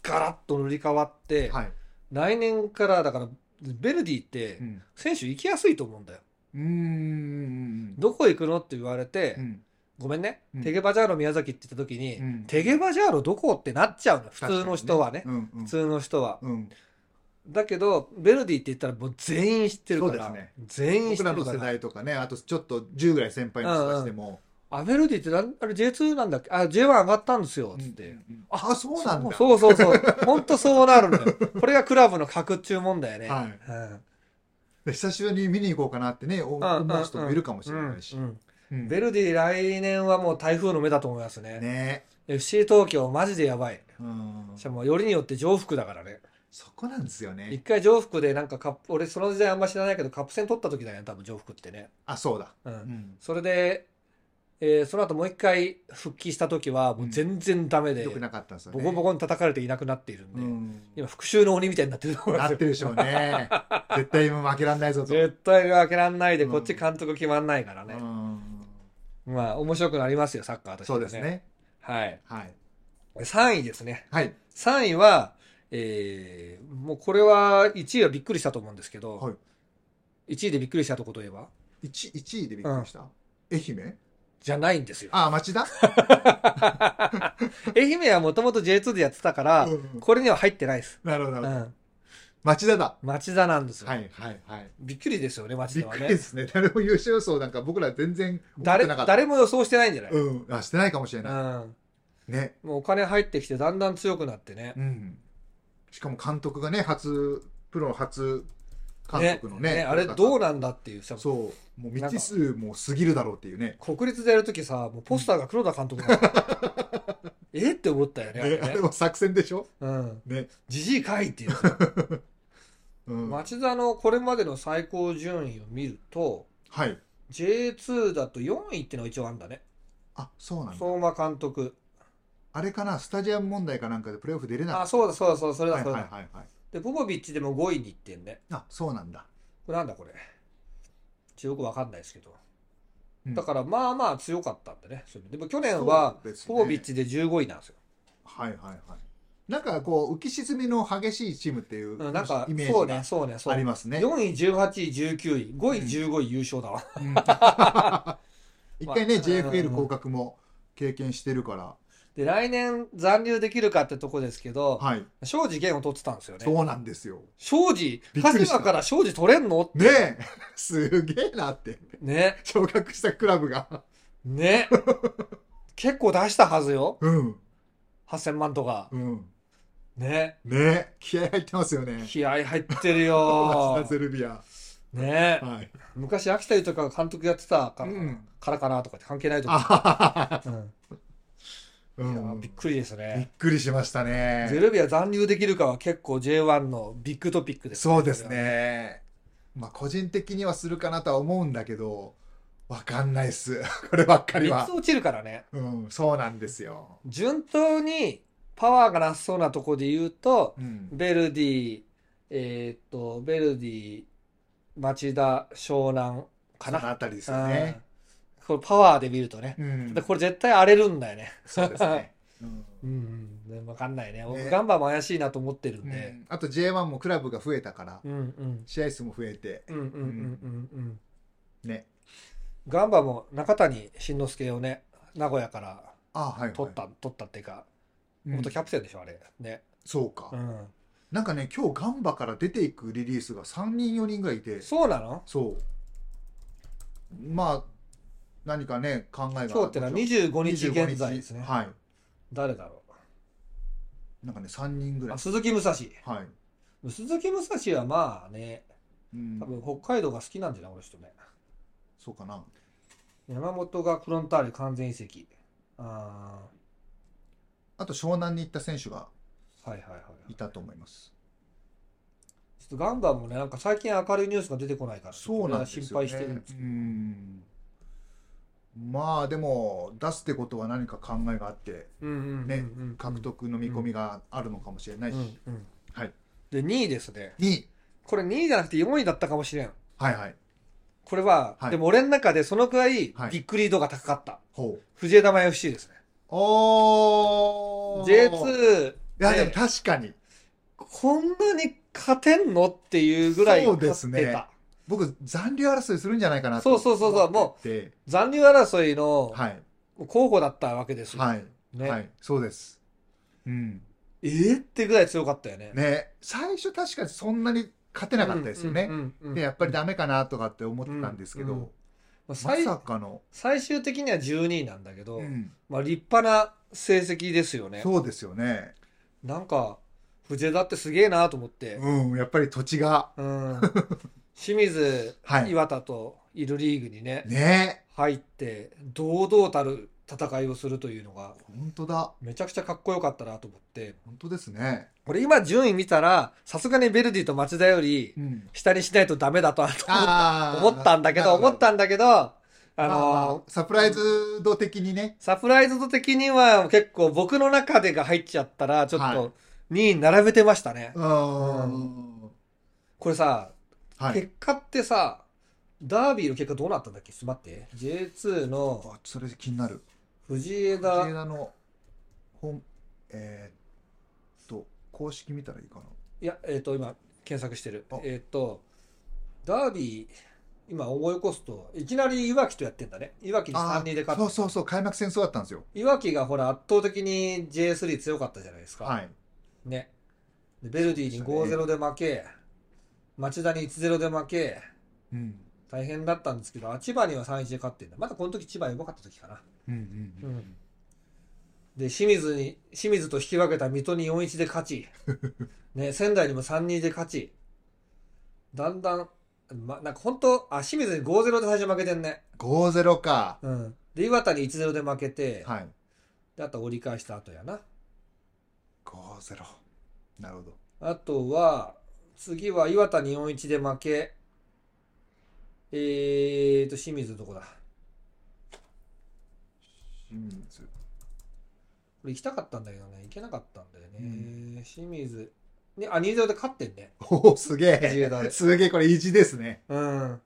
ガラッと塗り替わって、
はい。
来年から、だから、ベルディって
うん。
選手行きやすいと思うんだよ。
うーん。
どこ行くのって言われて、
うん
ごめんね、
うん
テゲバジャーロ宮崎って言った時に、
うん
テゲバジャーロどこってなっちゃうの普通の人はね
うんうん
普通の人は、
うん
だけどヴェルディって言ったらもう全員知ってるから
そうですね
全員知っ
僕
て
ら
る
の
か
世
ら
代とかねあとちょっと10ぐらい先輩の人たちでも、
あヴェルディってなんあれ J2 なんだっけあ J1 上がったんですよ
うん
つって、
あそうなんだ
そうそうそうそう本当そうなる のよこれがクラブの格っちゅうもんだよね、
はい
うん
で久しぶりに見に行こうかなってねお
うん
思う人もいるかもしれないし
うんうん
うん
ベルディ来年はもう台風の目だと思いますね
ね
FC 東京マジでやばい
うん
しかもよりによって上腹だからね
そこなんですよ
一
ね
回上腹でなんかカップ俺その時代あんま知らないけどカップ戦取った時だよね多分上腹ってね、
あそうだ
うん
うん
それで、えーその後もう一回復帰した時はもう全然ダメで、
良くなかったんですよ
ボ
ね
コボコに叩かれていなくなっているんで、
うん
今復讐の鬼みたいになってると思いま
な
す
ってるでしょうね絶対今負けらんないぞと
絶対負けらんないで、
うん
こっち監督決まんないからね
う。ん
まあ、面白くなりますよ、サッカーとして、
そうです。ね
はい。
はい
3位ですね。
はい
3位は、えー、もうこれは1位はびっくりしたと思うんですけど、
はい
1位でびっくりしたとこといえば、
1, 1位でびっくりした、愛媛
じゃないんですよ。
あ町田
愛媛はもともと J2 でやってたから、
うんうん
これには入ってないです。
なるほどなる
う
ほど
ん。
町田だ
町田なんですよ。
はいはいはい
びっくりですよね、町
びっ
田は
く
ね
り。ですね誰も優勝予想なんか僕ら全然思って
誰
なかった
誰も予想してないんじゃない、うん
うんあしてないかもしれないね
もうお金入ってきてだんだん強くなってね。
うんしかも監督がね初プロ初監督のね
あれどう
な
なんだっていうさ、
そうもう未知数も過ぎるだろうっていうね
国立でやるときさ、もうポスターが黒田監督だった えって思ったよね、あれ
ねあ
ね
れ。は作戦でしょ
うん。
ね
じじいかいっていうさ。
うんは
町田のこれまでの最高順位を見ると、
い
J2 だと4位ってのが一応あんだね。
あそうなんだ
相馬監督。
あれかなスタジアム問題かなんかでプレーオフ出れなか
あ、
っ
そうだそうだそうだ、それ
た
だ
は
そ
いは
れ
い
だ。
はいはい
で、ポポビッチでも5位に行ってんね。
あそうなんだ
これなんだこれ。ちょっとよくわかんないですけど。
うん
だからまあまあ強かったんでね。そういう意味でも去年は、
そうですね
ポポビッチで15位なんですよ。
はいはいはいなんかこう浮き沈みの激しいチームっていう
うん、なんか
イメ、
そう
ー
ね、
ジ
そうね、そう
があ
ね
り。ますね
4位、18位、19位、5位、15位優勝だわ。
うん
ま
一回ね
あ
JFL 降格も経験してるから
で、来年残留できるかってとこですけど、
はい
庄司源を取ってたんですよね。
そうなんですよ
庄司、
びっ
鹿
くりした
島から庄司取れんのって。
ねえすげえなって
ね。
昇格したクラブが
ね。結構出したはずよ。
うん
8000万とか。
うん
ね。
ねえ気合入ってますよね
気合入ってる
マ
よ
スタ。ゼルビア
ね。
はい
昔、秋田豊が監督やってたから,、
うん
からかなとかって関係ないと
あ
か。
ははは
うん
う
いや
ん
び
び
っくりです
っ
ね。
くりしました
ゼ
ね
ルビア残留できるかは結構 J1 のビッグトピックです、
そうです。ねまあ個人的にはするかなとは思うんだけどわかんないっす こればっかり
3
は
つ落ちるからね。
うんそうなんですよ
順当にパワーがなさそうなとこで言うと、
うん
ベルディ、えーっと、ベルディ、町田、湘南か
そ
な。
のあたりですよね
うんこれパワーで見るとね。
うん
でこれ絶対荒れるんだよね。
そうですね うん
うん、うんね、わかんないね。僕
ね
ガンバも怪しいなと思ってるん
う
で。
んあと J1 もクラブが増えたから
うんうん。
試合数も増えて
うんうんうんうんうん。
ね
ガンバも中谷慎之介をね、名古屋から
あはいはい
取った、取ったっていうか、
うん
元キャプテンでしょ、あれ。ね。
そうか、
うん。
なんかね今日ガンバから出ていくリリースが3人4人ぐらいいて
そうなの
そうまあ何かね考えがあ
今日ってのは25日
25
現在ですね。
はい
誰だろ
なんかね3人ぐ
う。
ら
あ
い
鈴木武蔵。
はい、
鈴木武蔵はまあね、
うん
多、分北海道が好きなんじゃない、この人ね。
そうかな
山本がフロンターレ完全移籍。あ
あと湘南に行った選手が
あ、はいはいはい
い。たと思います
ちょっとガンバもね、なんか最近明るいニュースが出てこないから、
そうなんですよ、ね、
心配してるんですけど
うんまあでも出すってことは何か考えがあって
うんうんうんうん
ね獲得の見込みがあるのかもしれないし、
うんうん
はい
で、2位ですね。
に
これ2位じゃなくて4位だったかもしれん。
はいはい
これは、
はい
でも俺の中でそのくらい
はい
びっくり度が高かった。
ほう
藤枝前 FC ですね。
おー
J2
いやでも
で
確かに
こんなに勝てんのっていうぐらい
そう
勝って
で
た。
すね僕残留争いするんじゃないかな
そうそうそうそう
思ってて
残留争いの
はい
候補だったわけですよ。
はい、
ね
はい、そうです。うん。
えーってぐらい強かったよね。
ね、最初確かにそんなに勝てなかったですよね。
うんうんうんうん
でやっぱりダメかなとかって思ってたんですけど、
うんうんまあ
ま
最
さかの、
最終的には12位なんだけど、
うん
まあ、立派な成績ですよね。
そうですよね。
なんか藤枝ってすげえなと思って、
うん、やっぱり土地が
うん 清水、
はい
岩田といるリーグにね
ね、
入って堂々たる戦いをするというのが
本当だ、
めちゃくちゃかっこよかったなと思って
本当ですね。
俺今順位見たらさすがにベルディと町田より
うん、
下にしないとダメだと
あ
思ったんだけど思った
ん
んだけどあ
あ
の
のサプライズ度的にね、
サプライズ度的には結構僕の中でが入っちゃったらちょっ
はい
と2位並べてましたね。
うん、
これさ、
はい。
結果ってさダービーの結果どうなったんだっけちょっと待って J2 の
あそれ気になる。
藤
藤
枝
枝の本えーっと公式見たらいいかな。
いやえっ、と今検索してる
あ
えっ、とダービー今思い起こすといきなりいわきとやってんだねいわきに3
あ
人で勝
そ
っ
うそうそう開幕戦そうだったんですよ。
いわきがほら圧倒的に J3 強かったじゃないですか、
はい。
ねでベルディに
そうでした
5-0で負け町田に1-0で負け
うん
大変だったんですけどあ千葉には3-1で勝ってんだまだこの時千葉弱かった時かな
うんうんうん。
うんで清水に清水と引き分けた水戸に4-1で勝 ち、ね、仙台にも3-2で勝ちだんだん、ま、なんか本当あ清水に5-0で最初負けてんね、
五ゼロか。
うん、で岩田に1-0で負けて、
はい。
であと折り返した後やな
五ゼロ。なるほど。
あとは次は岩田に4-1で負けえーと清水のとこだこ
清水。
れ行きたかったんだけどね行けなかったんだよね、
う
清水ねあ2-0で勝ってん ね
おおすげ
藤枝
え。
です
げえこれ意地ですね。
うん。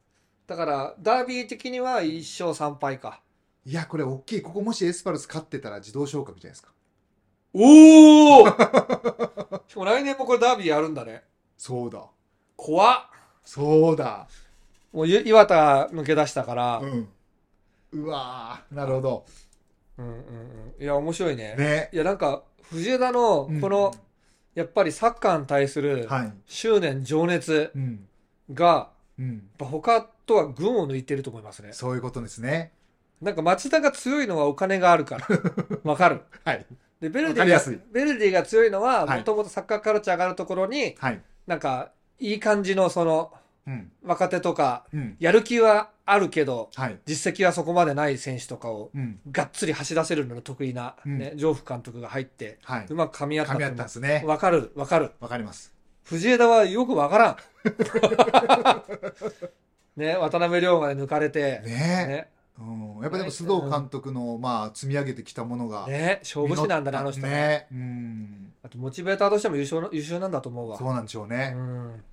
だから、ダービー的には1勝3敗か。
いやこれ大きい。ここもしエスパルス勝ってたら自動昇格じゃないですか。
おお しかも来年もこれダービーやるんだね。
そうだ。
怖っ
そうだ。
もうゆ岩田抜け出したから
う、ん。うわーなるほど。
うんうんうん。いや、面白いね。
ね。
いや、なんか、藤枝の
うん
この、やっぱりサッカーに対する
はい。
執念、情熱
うん
が、や
うん。
っぱ他とは群を抜いてると思いますね。
そういうことですね。
なんか町田が強いのはお金がある から。わかる。
はい。
で、ベル
わ
デ
か
ィ
りや
が
すい、
ベルディが強いのは、
はい
もともとサッカーカルチャーがあるところに、
はい。
なんか、いい感じの、その、
うん。
若手とか、
うん。
やる気はあるけど、
はい。
実績はそこまでない選手とかを、
うん。
がっつり走らせるのの得意な、
うん
ね、上副監督が入って、
はい。
うまく噛み合った
噛
と
み合
思
っ
う
たんですね。
わかる、わかる。
わかります。
藤枝はよくわからん。ね、渡辺龍馬で抜かれて、
ね
ね、
うん。やっぱでも須藤監督の、まあ、積み上げてきたものが。
ね、勝負師なんだね、あの人ね。
ね。うん。
あと、モチベーターとしても優秀な優秀なんだと思うわ。
そうなんでしょうね。
うん。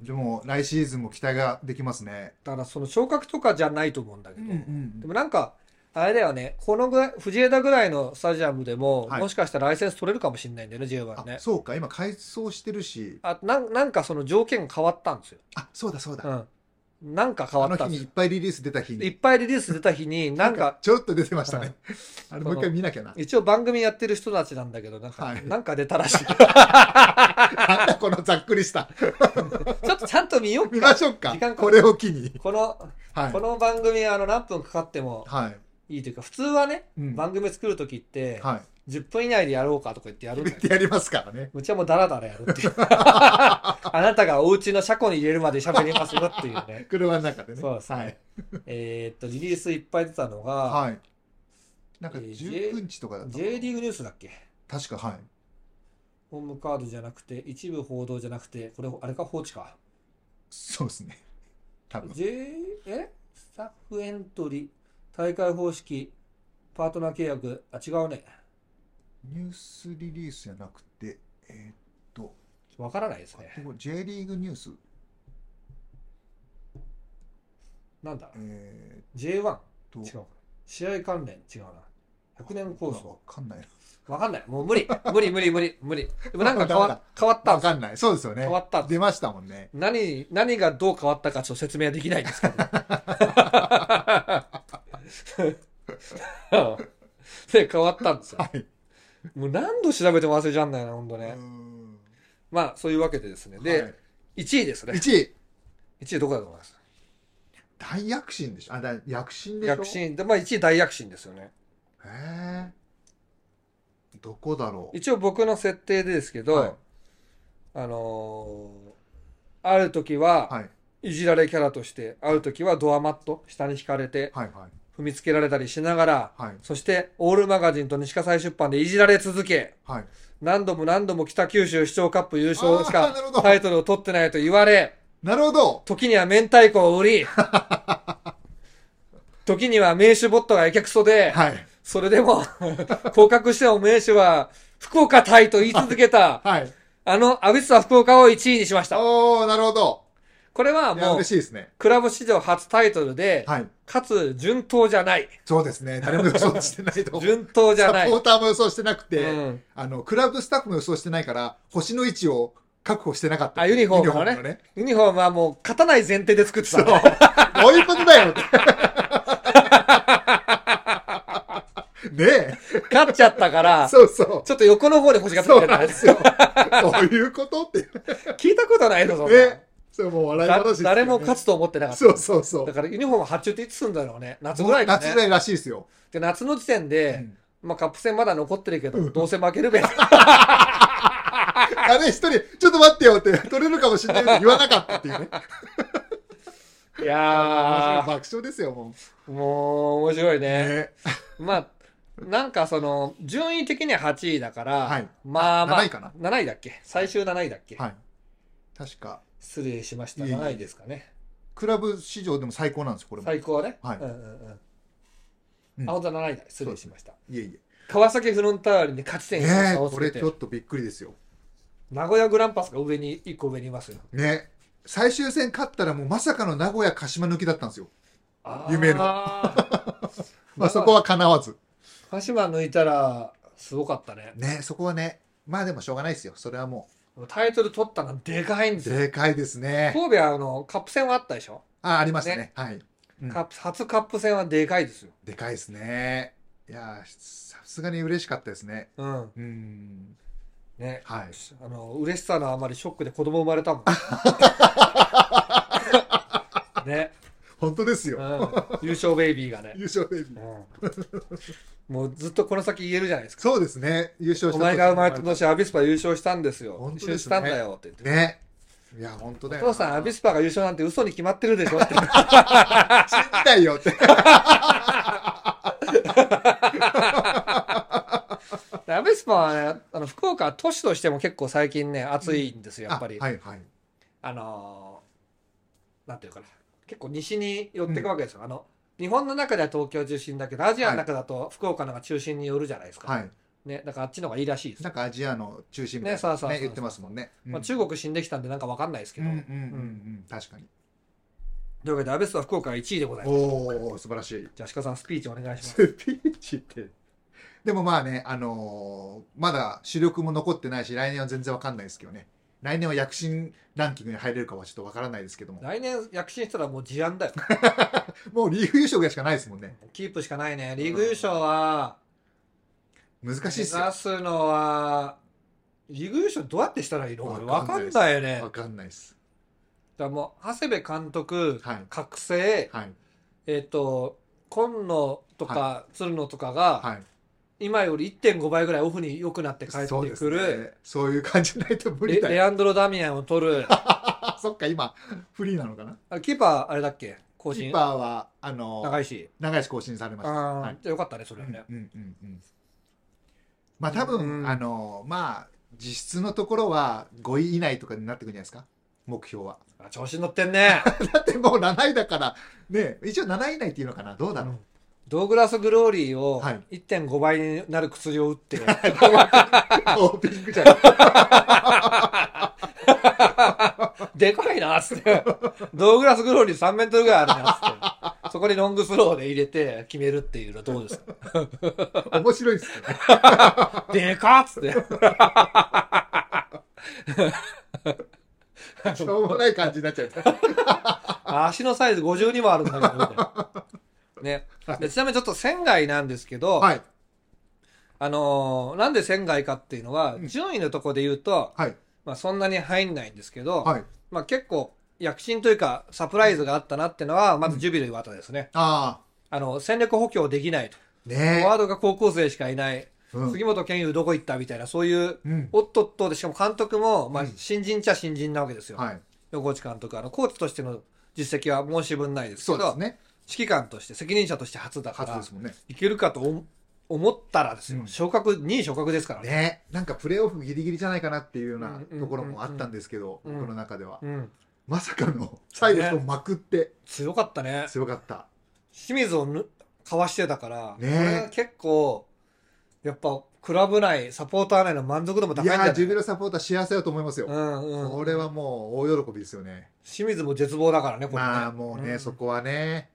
でも、来シーズンも期待ができますね。
だから、その昇格とかじゃないと思うんだけ
う
ど、で
ん。
もなんか、あれだよね、このぐらい、藤枝ぐらいのスタジアムでも、
はい
もしかしたらライセンス取れるかもしれないんだよね、J1
あ、
ね。
そうか。今、改装してるし。
あなんなんかその条件変わったんですよ。
あ、そうだそうだ。
うん。なんか変
あ
わ
の
った
日
んで
に
す
いっ
よ。
ぱいリリース出た日
い
に。
っぱいリリース出た日に、なんか、
ちょっと出てましたね。あれ、もう一回見なきゃな。
一応番組やってる人たちなんだけど、なんか、
はい
なんか出たらしい。
なん だこのざっくりした。
ちょっとちゃんと見よう
見ま
か。
しょうか
時間。かか
これを機に。
この、
はい
こ。の番組、あの、何分かかっても
はい。
いいというか、普通はね、
うん
番組作るときって、
はい。
10分以内でやろうかとか言ってやるんだけど
ってやりますからね。
うちはもうダラダラやるっていう。あなたがお家の車庫に入れるまで喋りますよっていうね。
車の中でね。
そうですね
はい。
えーっと、リリースいっぱい出たのが、
はい。なんか
えー
19日とかだったかな
J リーグニュースだっけ
確か、はい。
ホームカードじゃなくて、一部報道じゃなくて、これ、あれか、放置か。
そうです ね。多分。
J、えスタッフエントリー、大会方式、パートナー契約、あ、違うね。
ニュースリリースじゃなくて、えーっと、
わからないですね。
ここ J リーグニュース、
なんだ
え
?J1? 違
ーっ
う
と、
か。試合関連違うな。100年構
わ
想。
かんないな。
わかんない。もう無理。無理無理無理無理。でもなんか変わ変わったんで
わ
すよ
かんない。そうですよね。
変わったんです
出ましたもんね。
何、何がどう変わったかちょっと説明はで きないんですけど。で変わったんですよ。
はい
もう何度調べても忘れちゃうんだよな、ほんとね。
うん
まあ、そういうわけでですね。で、1位ですね
はい、。1位
1位どこだと思います
大躍進でしょあだ躍進でしょ
躍進。で、まあ1位大躍進ですよね。
へえどこだろう
一応僕の設定でですけど、
はい
あのーある時は
はい
いじられキャラとして、ある時はドアマット、下に引かれて、
はいはい
踏みつけられたりしながら、
はい
そして、オールマガジンと西葛西出版でいじられ続け、
はい
何度も何度も北九州市長カップ優勝し
あー
か
なるほど
タイトルを取ってないと言われ、
なるほど
時には明太子を売 り、時には名手ボットがやけくそで、
はい
それでも、 降格しても名手は、福岡対と言い続けた、
はい
あの、アビスは福岡を1位にしました。
おおなるほど
これはい
や
もう
嬉、しいですね
クラブ史上初タイトルで、
はい
かつ、順当じゃない。
そうですね誰も予想してないと思う
順当じゃな
サ
い。
ポーターも予想してなくて、
うん
あのクラブスタッフも予想してないから星の位置を確保してなかった
あユニフォームのね
ユニフォね
ユニフォームはもう、勝たない前提で作ってた
そう
ね。
どういうことだよ ってね
勝っちゃったか
え
ら、ち
そうそう
ょっと横の方で星がつ
そ
いうて
な
た
んで
ね。
すよ。どういうことって。
聞いたことないの、そんな
ね。それもう笑い
だ
話です、ね。
誰も勝
つ。
つと思ってなかった。
そうそうそう
だ。からユニフォーム発注っていつすんだろうね。夏ぐらいか
夏ぐら
ね。
いらしいですよ。
で、夏の時点
う
で
ん、
まあカップ戦まだ残ってるけど、どうせ負け るべ。
あれ一人、ちょっと待ってよって、取れるかもしれないって言わなかったって いうね。
いや
爆笑ですよ、も。
ー、 もう面白いうね。
ね、
まあ、なんかその、順位的には8位だから、
はい
まあまあ、
7位かな
7位だっけ最終7位だっけ、
はい。確か、
失礼しました。
いえいえ
7位ですかね。
クラブ史上でも最高なんですよ、これも。い
最高はね。
はい
うんうん
う
うん。
ん
あ、本当は7位だ。失礼しました。
えい
川崎フロンターレに勝ち
え。
点
ねえ、
差をつ
こ
け
れ
て
ちょ、っとびっくりですよ。
名古屋グランパスが上に、1個上にいますよ。
ね最終戦勝ったらもうまさかの名古屋鹿島抜きだったんですよ。
あー
夢の まあそこは叶わず。
鹿島抜いたら、すごかったね。
ねそこはね、まあでもしょうがないですよ。それはも
タイトル取ったのでかいんで
う、
すよ。
でかいですね。
神戸はあの、カップ戦はあったでしょ、
あ、ありましたね。はい。うん
カップ初カップ戦はでかいですよ。
でかいですね。いやー、さすがに嬉しかったですね。
うん。
うん。
ね。
はい。
あの嬉しさのあまりショックで子供生まれ たもん。ね、
本当です
うん
よ。、
優勝ベイビーがね、
優勝ベイビ
う
ー。
ん、もうずっとこの先言えるじゃないですか。
そうですね。優勝した
お前が生まれた年アビスパ優勝したんですよ。
本当です
優勝し
ね
たんだよって言って。
ね。いや、本当だ
お
よ。
父さん、アビ
ス
スパが優勝なんて嘘に決まってるでしょって。
みたいよ って。
アビスパはね、あの福岡は都市としても結構最近ね、熱いんですよ、やっぱり。
あ
あ,、
はいはい。
のーなんていうかな。結構西に寄っていくわけですよ。あの、日本の中では東京中心だけど、アジアの中だと福岡の方が中心に寄るじゃないですか。
はい。
ね、だからあっちの方がいいらしいです。
なんかアジアの中心みたいな
ねそうそうそう
言ってますもんね。
まあ、中
国
国死んできたんでなんかわかんないですけ
うん
ど。
うんうんうん。確かに。
というわけで、安倍スは福岡が1位でございます。
おお素晴らしい。
じゃあ、鹿さん、スピーチお願いし ます。
スピーチって。でもまあね、あのーまだ主力も残ってないし、来年は全然わかんないですけどね。来年は躍進ランキングに入れるかはちょっとわからないですけども。
来年躍進したらもう事 案だよ。
もうリーグ優勝ぐらいしかないですもんね。
キープしかないね。リーグ優勝は、
難しい
目
っ
指
すよ。
すのは、リーグ優勝どうやってしたらいいのこれ
わ
わ
か
か
んないで
ん
す
ないよね。だ
わ
か
かんないです。
らもう、長谷部監督、
はい。
覚醒、
はい。
えっ、と、今野とか鶴野とかが、
はい。
今より1.5倍ぐらいオフに良くなって帰って
そうで
く
す
る。
ね。そういう感じないと無
レ
理だ
レ
よ。
アンドロ・ダミアンを取る。
あ、そっか、今、フリーなのかな。
あキーパー、あれだっけ更
キ
新
ーパーは、あの
長
ー、
いし。
長石更新されま
あ
した。
あ、
はい
じゃあよかったね、それは
うん
ね。
うんうんうんまあ多分、
うん
あのまあ実質のところは5位以内とかになってくるんじゃないですか目標は
あ調子乗ってんね。
だってもう7位だからね一応7位以内っていうのか などうだ ろう、
ドーグラス・グローリーを
はい
1.5倍になる薬を打っ て、
オープニングじ ゃない
でかいなっつって。ドーグラス・グローリー3メートルぐらいあるなっつって。そこにロングスローで入れて決めるっていうのはどうですか
面白いですよね
でかっつって。
しょうもない感じになっちゃう
足のサイズ52もあるんだけどみたいな。ね。でちなみにちょっと仙外なんですけど、
はい
あのーなんで仙外かっていうのは、
うん
順位のとこで言うと、
はい
まあ、そんなに入んないんですけど、
はい
まあ、結構躍進というかサプライズがあったなっていうのはまずジュビル岩田ですね、
あ
あの戦略補強できないと、
あね
フォワードが高校生しかいない、
え、うん
杉本健佑どこ行ったみたいなそういう
うん、
おっとっとでしかも監督も、まあ
うん、
新人っちゃ新人なわけですよ、
はい
横内監督あのコーチとしての実績は申し分ないです
そ
け
うで
ど
すね
指揮官として責任者として初だか
初
ら
ですもんね
いけるかと思思ったらですよ、
うん
昇格2位昇格ですからね
ねなんかプレーオフギリギリじゃないかなっていうよう
うん
な
うんうんうん
ところもあったんですけど、
うん
僕の中では、
うん、
まさかのサイレスをまくって
強かったね
強かった、
清水をぬかわしてたから、
ねえ
これが結構やっぱクラブ内サポーター内の満足度も高い
い
んだ
や
よ、ね、
ージュビロサポーター幸せだと思いますよ、
うんう
こ
ん、
れはもう大喜びですよね
清水も絶望だからねこれね、
まあもうね、
うん
そこはね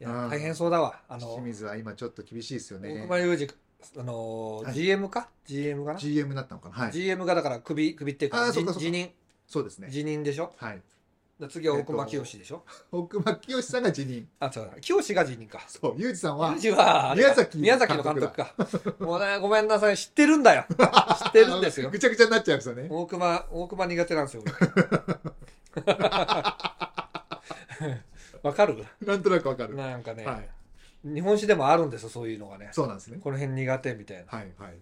いや
うん
大変そうだわあの
清水は今ちょっと厳しいですよ
大
ね
熊裕二あのー
はい
GM か GM かな、
GM になったのかなはい
GM がだから首首っていう
あ
か
ーそ
じ
っかそっか
辞任
そうですね
辞任でしょ
はい
だ次は大熊清でしょ、
奥間清さんが辞任
あそうだ清が辞任か
そう裕二さんは
裕二はあれか
宮崎
宮崎の監督かもうねごめんなさい知ってるんだ よ知ってるんですよ
ぐちゃぐちゃになっちゃうんですよね
大熊大熊苦手なんですよ 俺わかる
なんとなくわかる
なんかね、
はい
日本史でもあるんですよそういうのがね
そうなんですね
この辺苦手みたいな
はいはい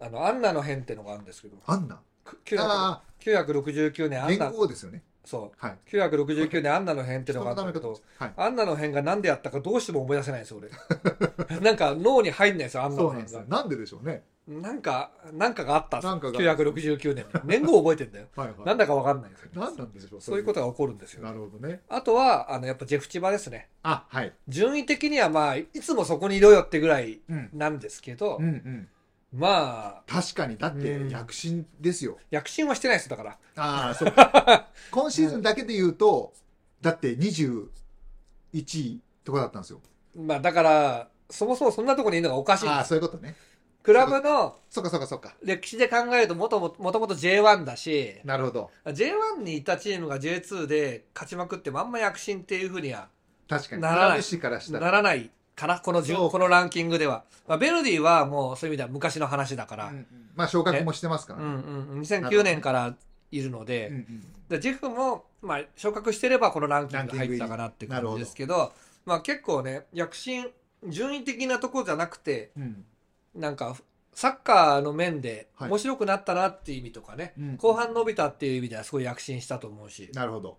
あのアンナの辺ってのがあるんですけど
アンナ
く900
あ
969年ア
あ
ン
連
ナ
合ですよね
そ
はいう
969年アンナの辺って
人
のがあ
の
る
た
んだけ
めか
ど
とはい
アンナの辺が何でやったかどうしても思い出せないんですよ俺 なんか脳に入んないですよアンナ
そ
の
うなん
辺
ですよ
が
なんででしょうね
なんかなんかがあったん
なんか
ですよ
が
969年年号覚えて んだよ
はいはい
なんだかわかんないですよ
なんなんでしょう
そういうこと
と
が起こるんですよ
なるほどね
あとは、あの、やっぱジェフ千葉ですね。
あはい
順位的にはまあ、いつもそこにいろよってぐらい
うん
なんですけど、
うんうん
まあ、
確かにだって躍進ですよ
躍進はしてないですよ、だから。
ああ、そうか今シーズンだけで言うと、だって21位とかだったんですよ。
まあ、だから、そもそもそんなとこにいるのがおかしいん
あ
で
あ、
す。
そういうことね。
クラブの
そっかそっかそっか。
歴史で考えるともとも、もともと J1 だし、
なるほど。
J1 にいたチームが J2 で勝ちまくってもあんま躍進っていうふうには
確かに。
ならない
クラブ誌からした
な
ら。
らないかな、この順
そう
このランキングでは。まあ、ベルディはもうそういう意味では昔の話だか
う
ら、
んうんまあ、昇格もしてますか
う
ら
ん、
ね。
うん、2009年からいるので、
うんうん
でジェフも、まあ、昇格してればこのランキング入ったかなって感じですけどまあ、結構ね躍進順位的なとこじゃなくて
うん
なんかサッカーの面で
はい
面白くなったなっていう意味とかね、
うん
後半伸びたっていう意味ではすごい躍進したと思うし
なるほど。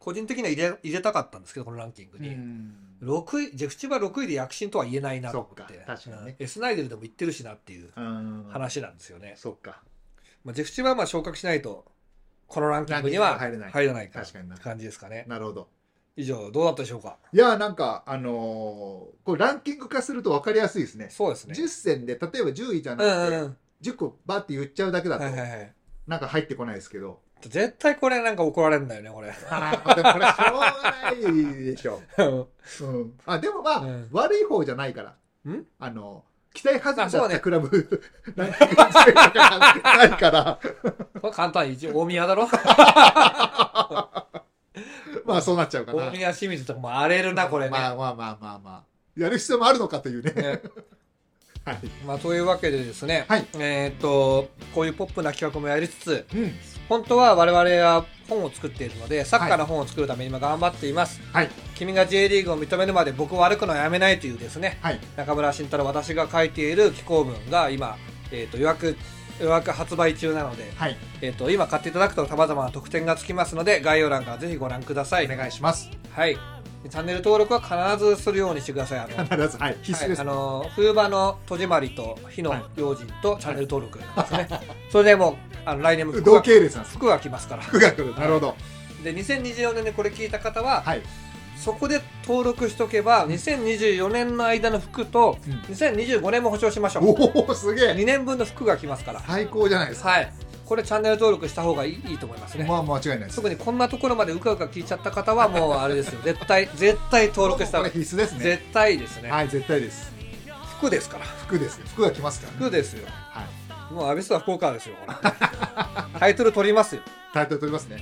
個人的には入れ入れたかったんですけどこのランキング
う
に、
ん
六位ジェフ千葉6位で躍進とは言えないなと思って
そっか確かにね
うんエスナイデルでも言ってるしなっていう
うん
話なんですよね、
そっか。
まあ、ジェフ千葉はまあ昇格しないとこのランキングに
ラ
は
ンキングには入れない
入らないから
確かにな
感じですかね
なるほど。
以上どうだったでしょうか
いやー、なんか、あのーこれランキング化すると分かりやすいですね。
そうですね
10戦で、例えば10位じゃ
うんうん
な
う
く
ん
て、10個バーって言っちゃうだけだ
はいはい
と、
はい
なんか入ってこないですけど。
絶対これなんか怒られるんだよねこれ
あでもこれしょうがないでしょ。うん、あでもまあ、
うん
悪い方じゃないから。
ん
あの期待外れ
あ
だ
そ
っ
うね
たクラブ、 ランキング強いとかないから、
これ簡単一応大宮だろ
まあそうなっちゃうかな
大。宮清水とかも荒れるなこれね、
まあまあまあまあまあ。やる必要もあるのかというね。
ね
はい。
まあ、というわけでですね、
はい
えーっとこういうポップな企画もやりつつ
うん。
本当は我々は本を作っているのでサッカーの本を作るために今頑張っています、
はい。
君が J リーグを認めるまで僕を歩くのはやめないというですね
はい。
中村慎太郎私が書いている寄稿文が今、えーっと予約予約発売中なので
はい。
えっと今買っていただくと様々な特典がつきますので概要欄からぜひご覧ください。
お願いします。
はい。チャンネル登録は必ずするようにしてください。あの
必ず、はい。必須で
はい、
す。
あの冬場の戸締まりと火の
はい
用心とチャンネル登録ですね、 それでもうあの来年も服
同
が
系列なんです。
服が来ますから
服が来る。なるほど。
で2024年でこれ聞いた方は、
はい。
そこで登録しとけば2024年の間の服と
うん
2025年も保証しましょう
おお、すげえ。
2年分の服が来ますから
最高じゃないですか。
はいこれチャンネル登録した方がいいいいと思いますね
まあ間違いないです。
特にこんなところまでうかうか聞いちゃった方はもうあれですよ絶対絶対登録した
こ
方が
れ
いい
必須ですね。
絶対ですね、
はい、絶対です。
服ですから
服です。服が来ますからね。
服ですよ
はい。
もうアビスは福岡ですよこれタイトル取りますよ
タイトル取りますね。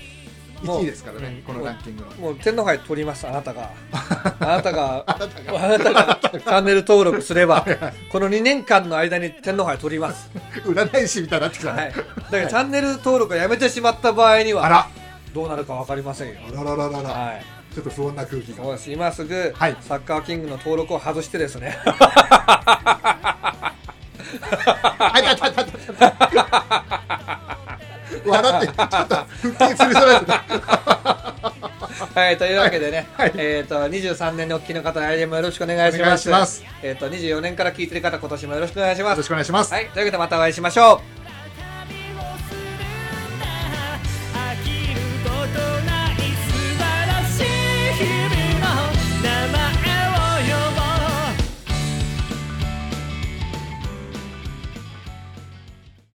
1位ですからね、
うん
このランキングの。
もう天皇杯取りますあなたがあなたが
あなたが
あなたがチャンネル登録すればこの2年間の間に天皇杯取ります、
占い師みたいになってきた
は
ね。
い、だからチャンネル登録をやめてしまった場合に
あ
は
ら、
どうなるか分かりませんよ
あらららららら、
はい
ちょっと不穏な空気
そう
が。
です今すぐ、
はい
サッカーキングの登録を外してですね
あいたたたたた笑って、ちょっと腹筋つりそうやった。
はいというわけでね、
はい
えっ、と23年にお聞きの方来年もよろしくお願いします
お願いします
えっ、と24年から聞いてる方今年もよろしくお願いしま
よ
す
ろしくお願いします。
はいというわけでまたお会いしましょう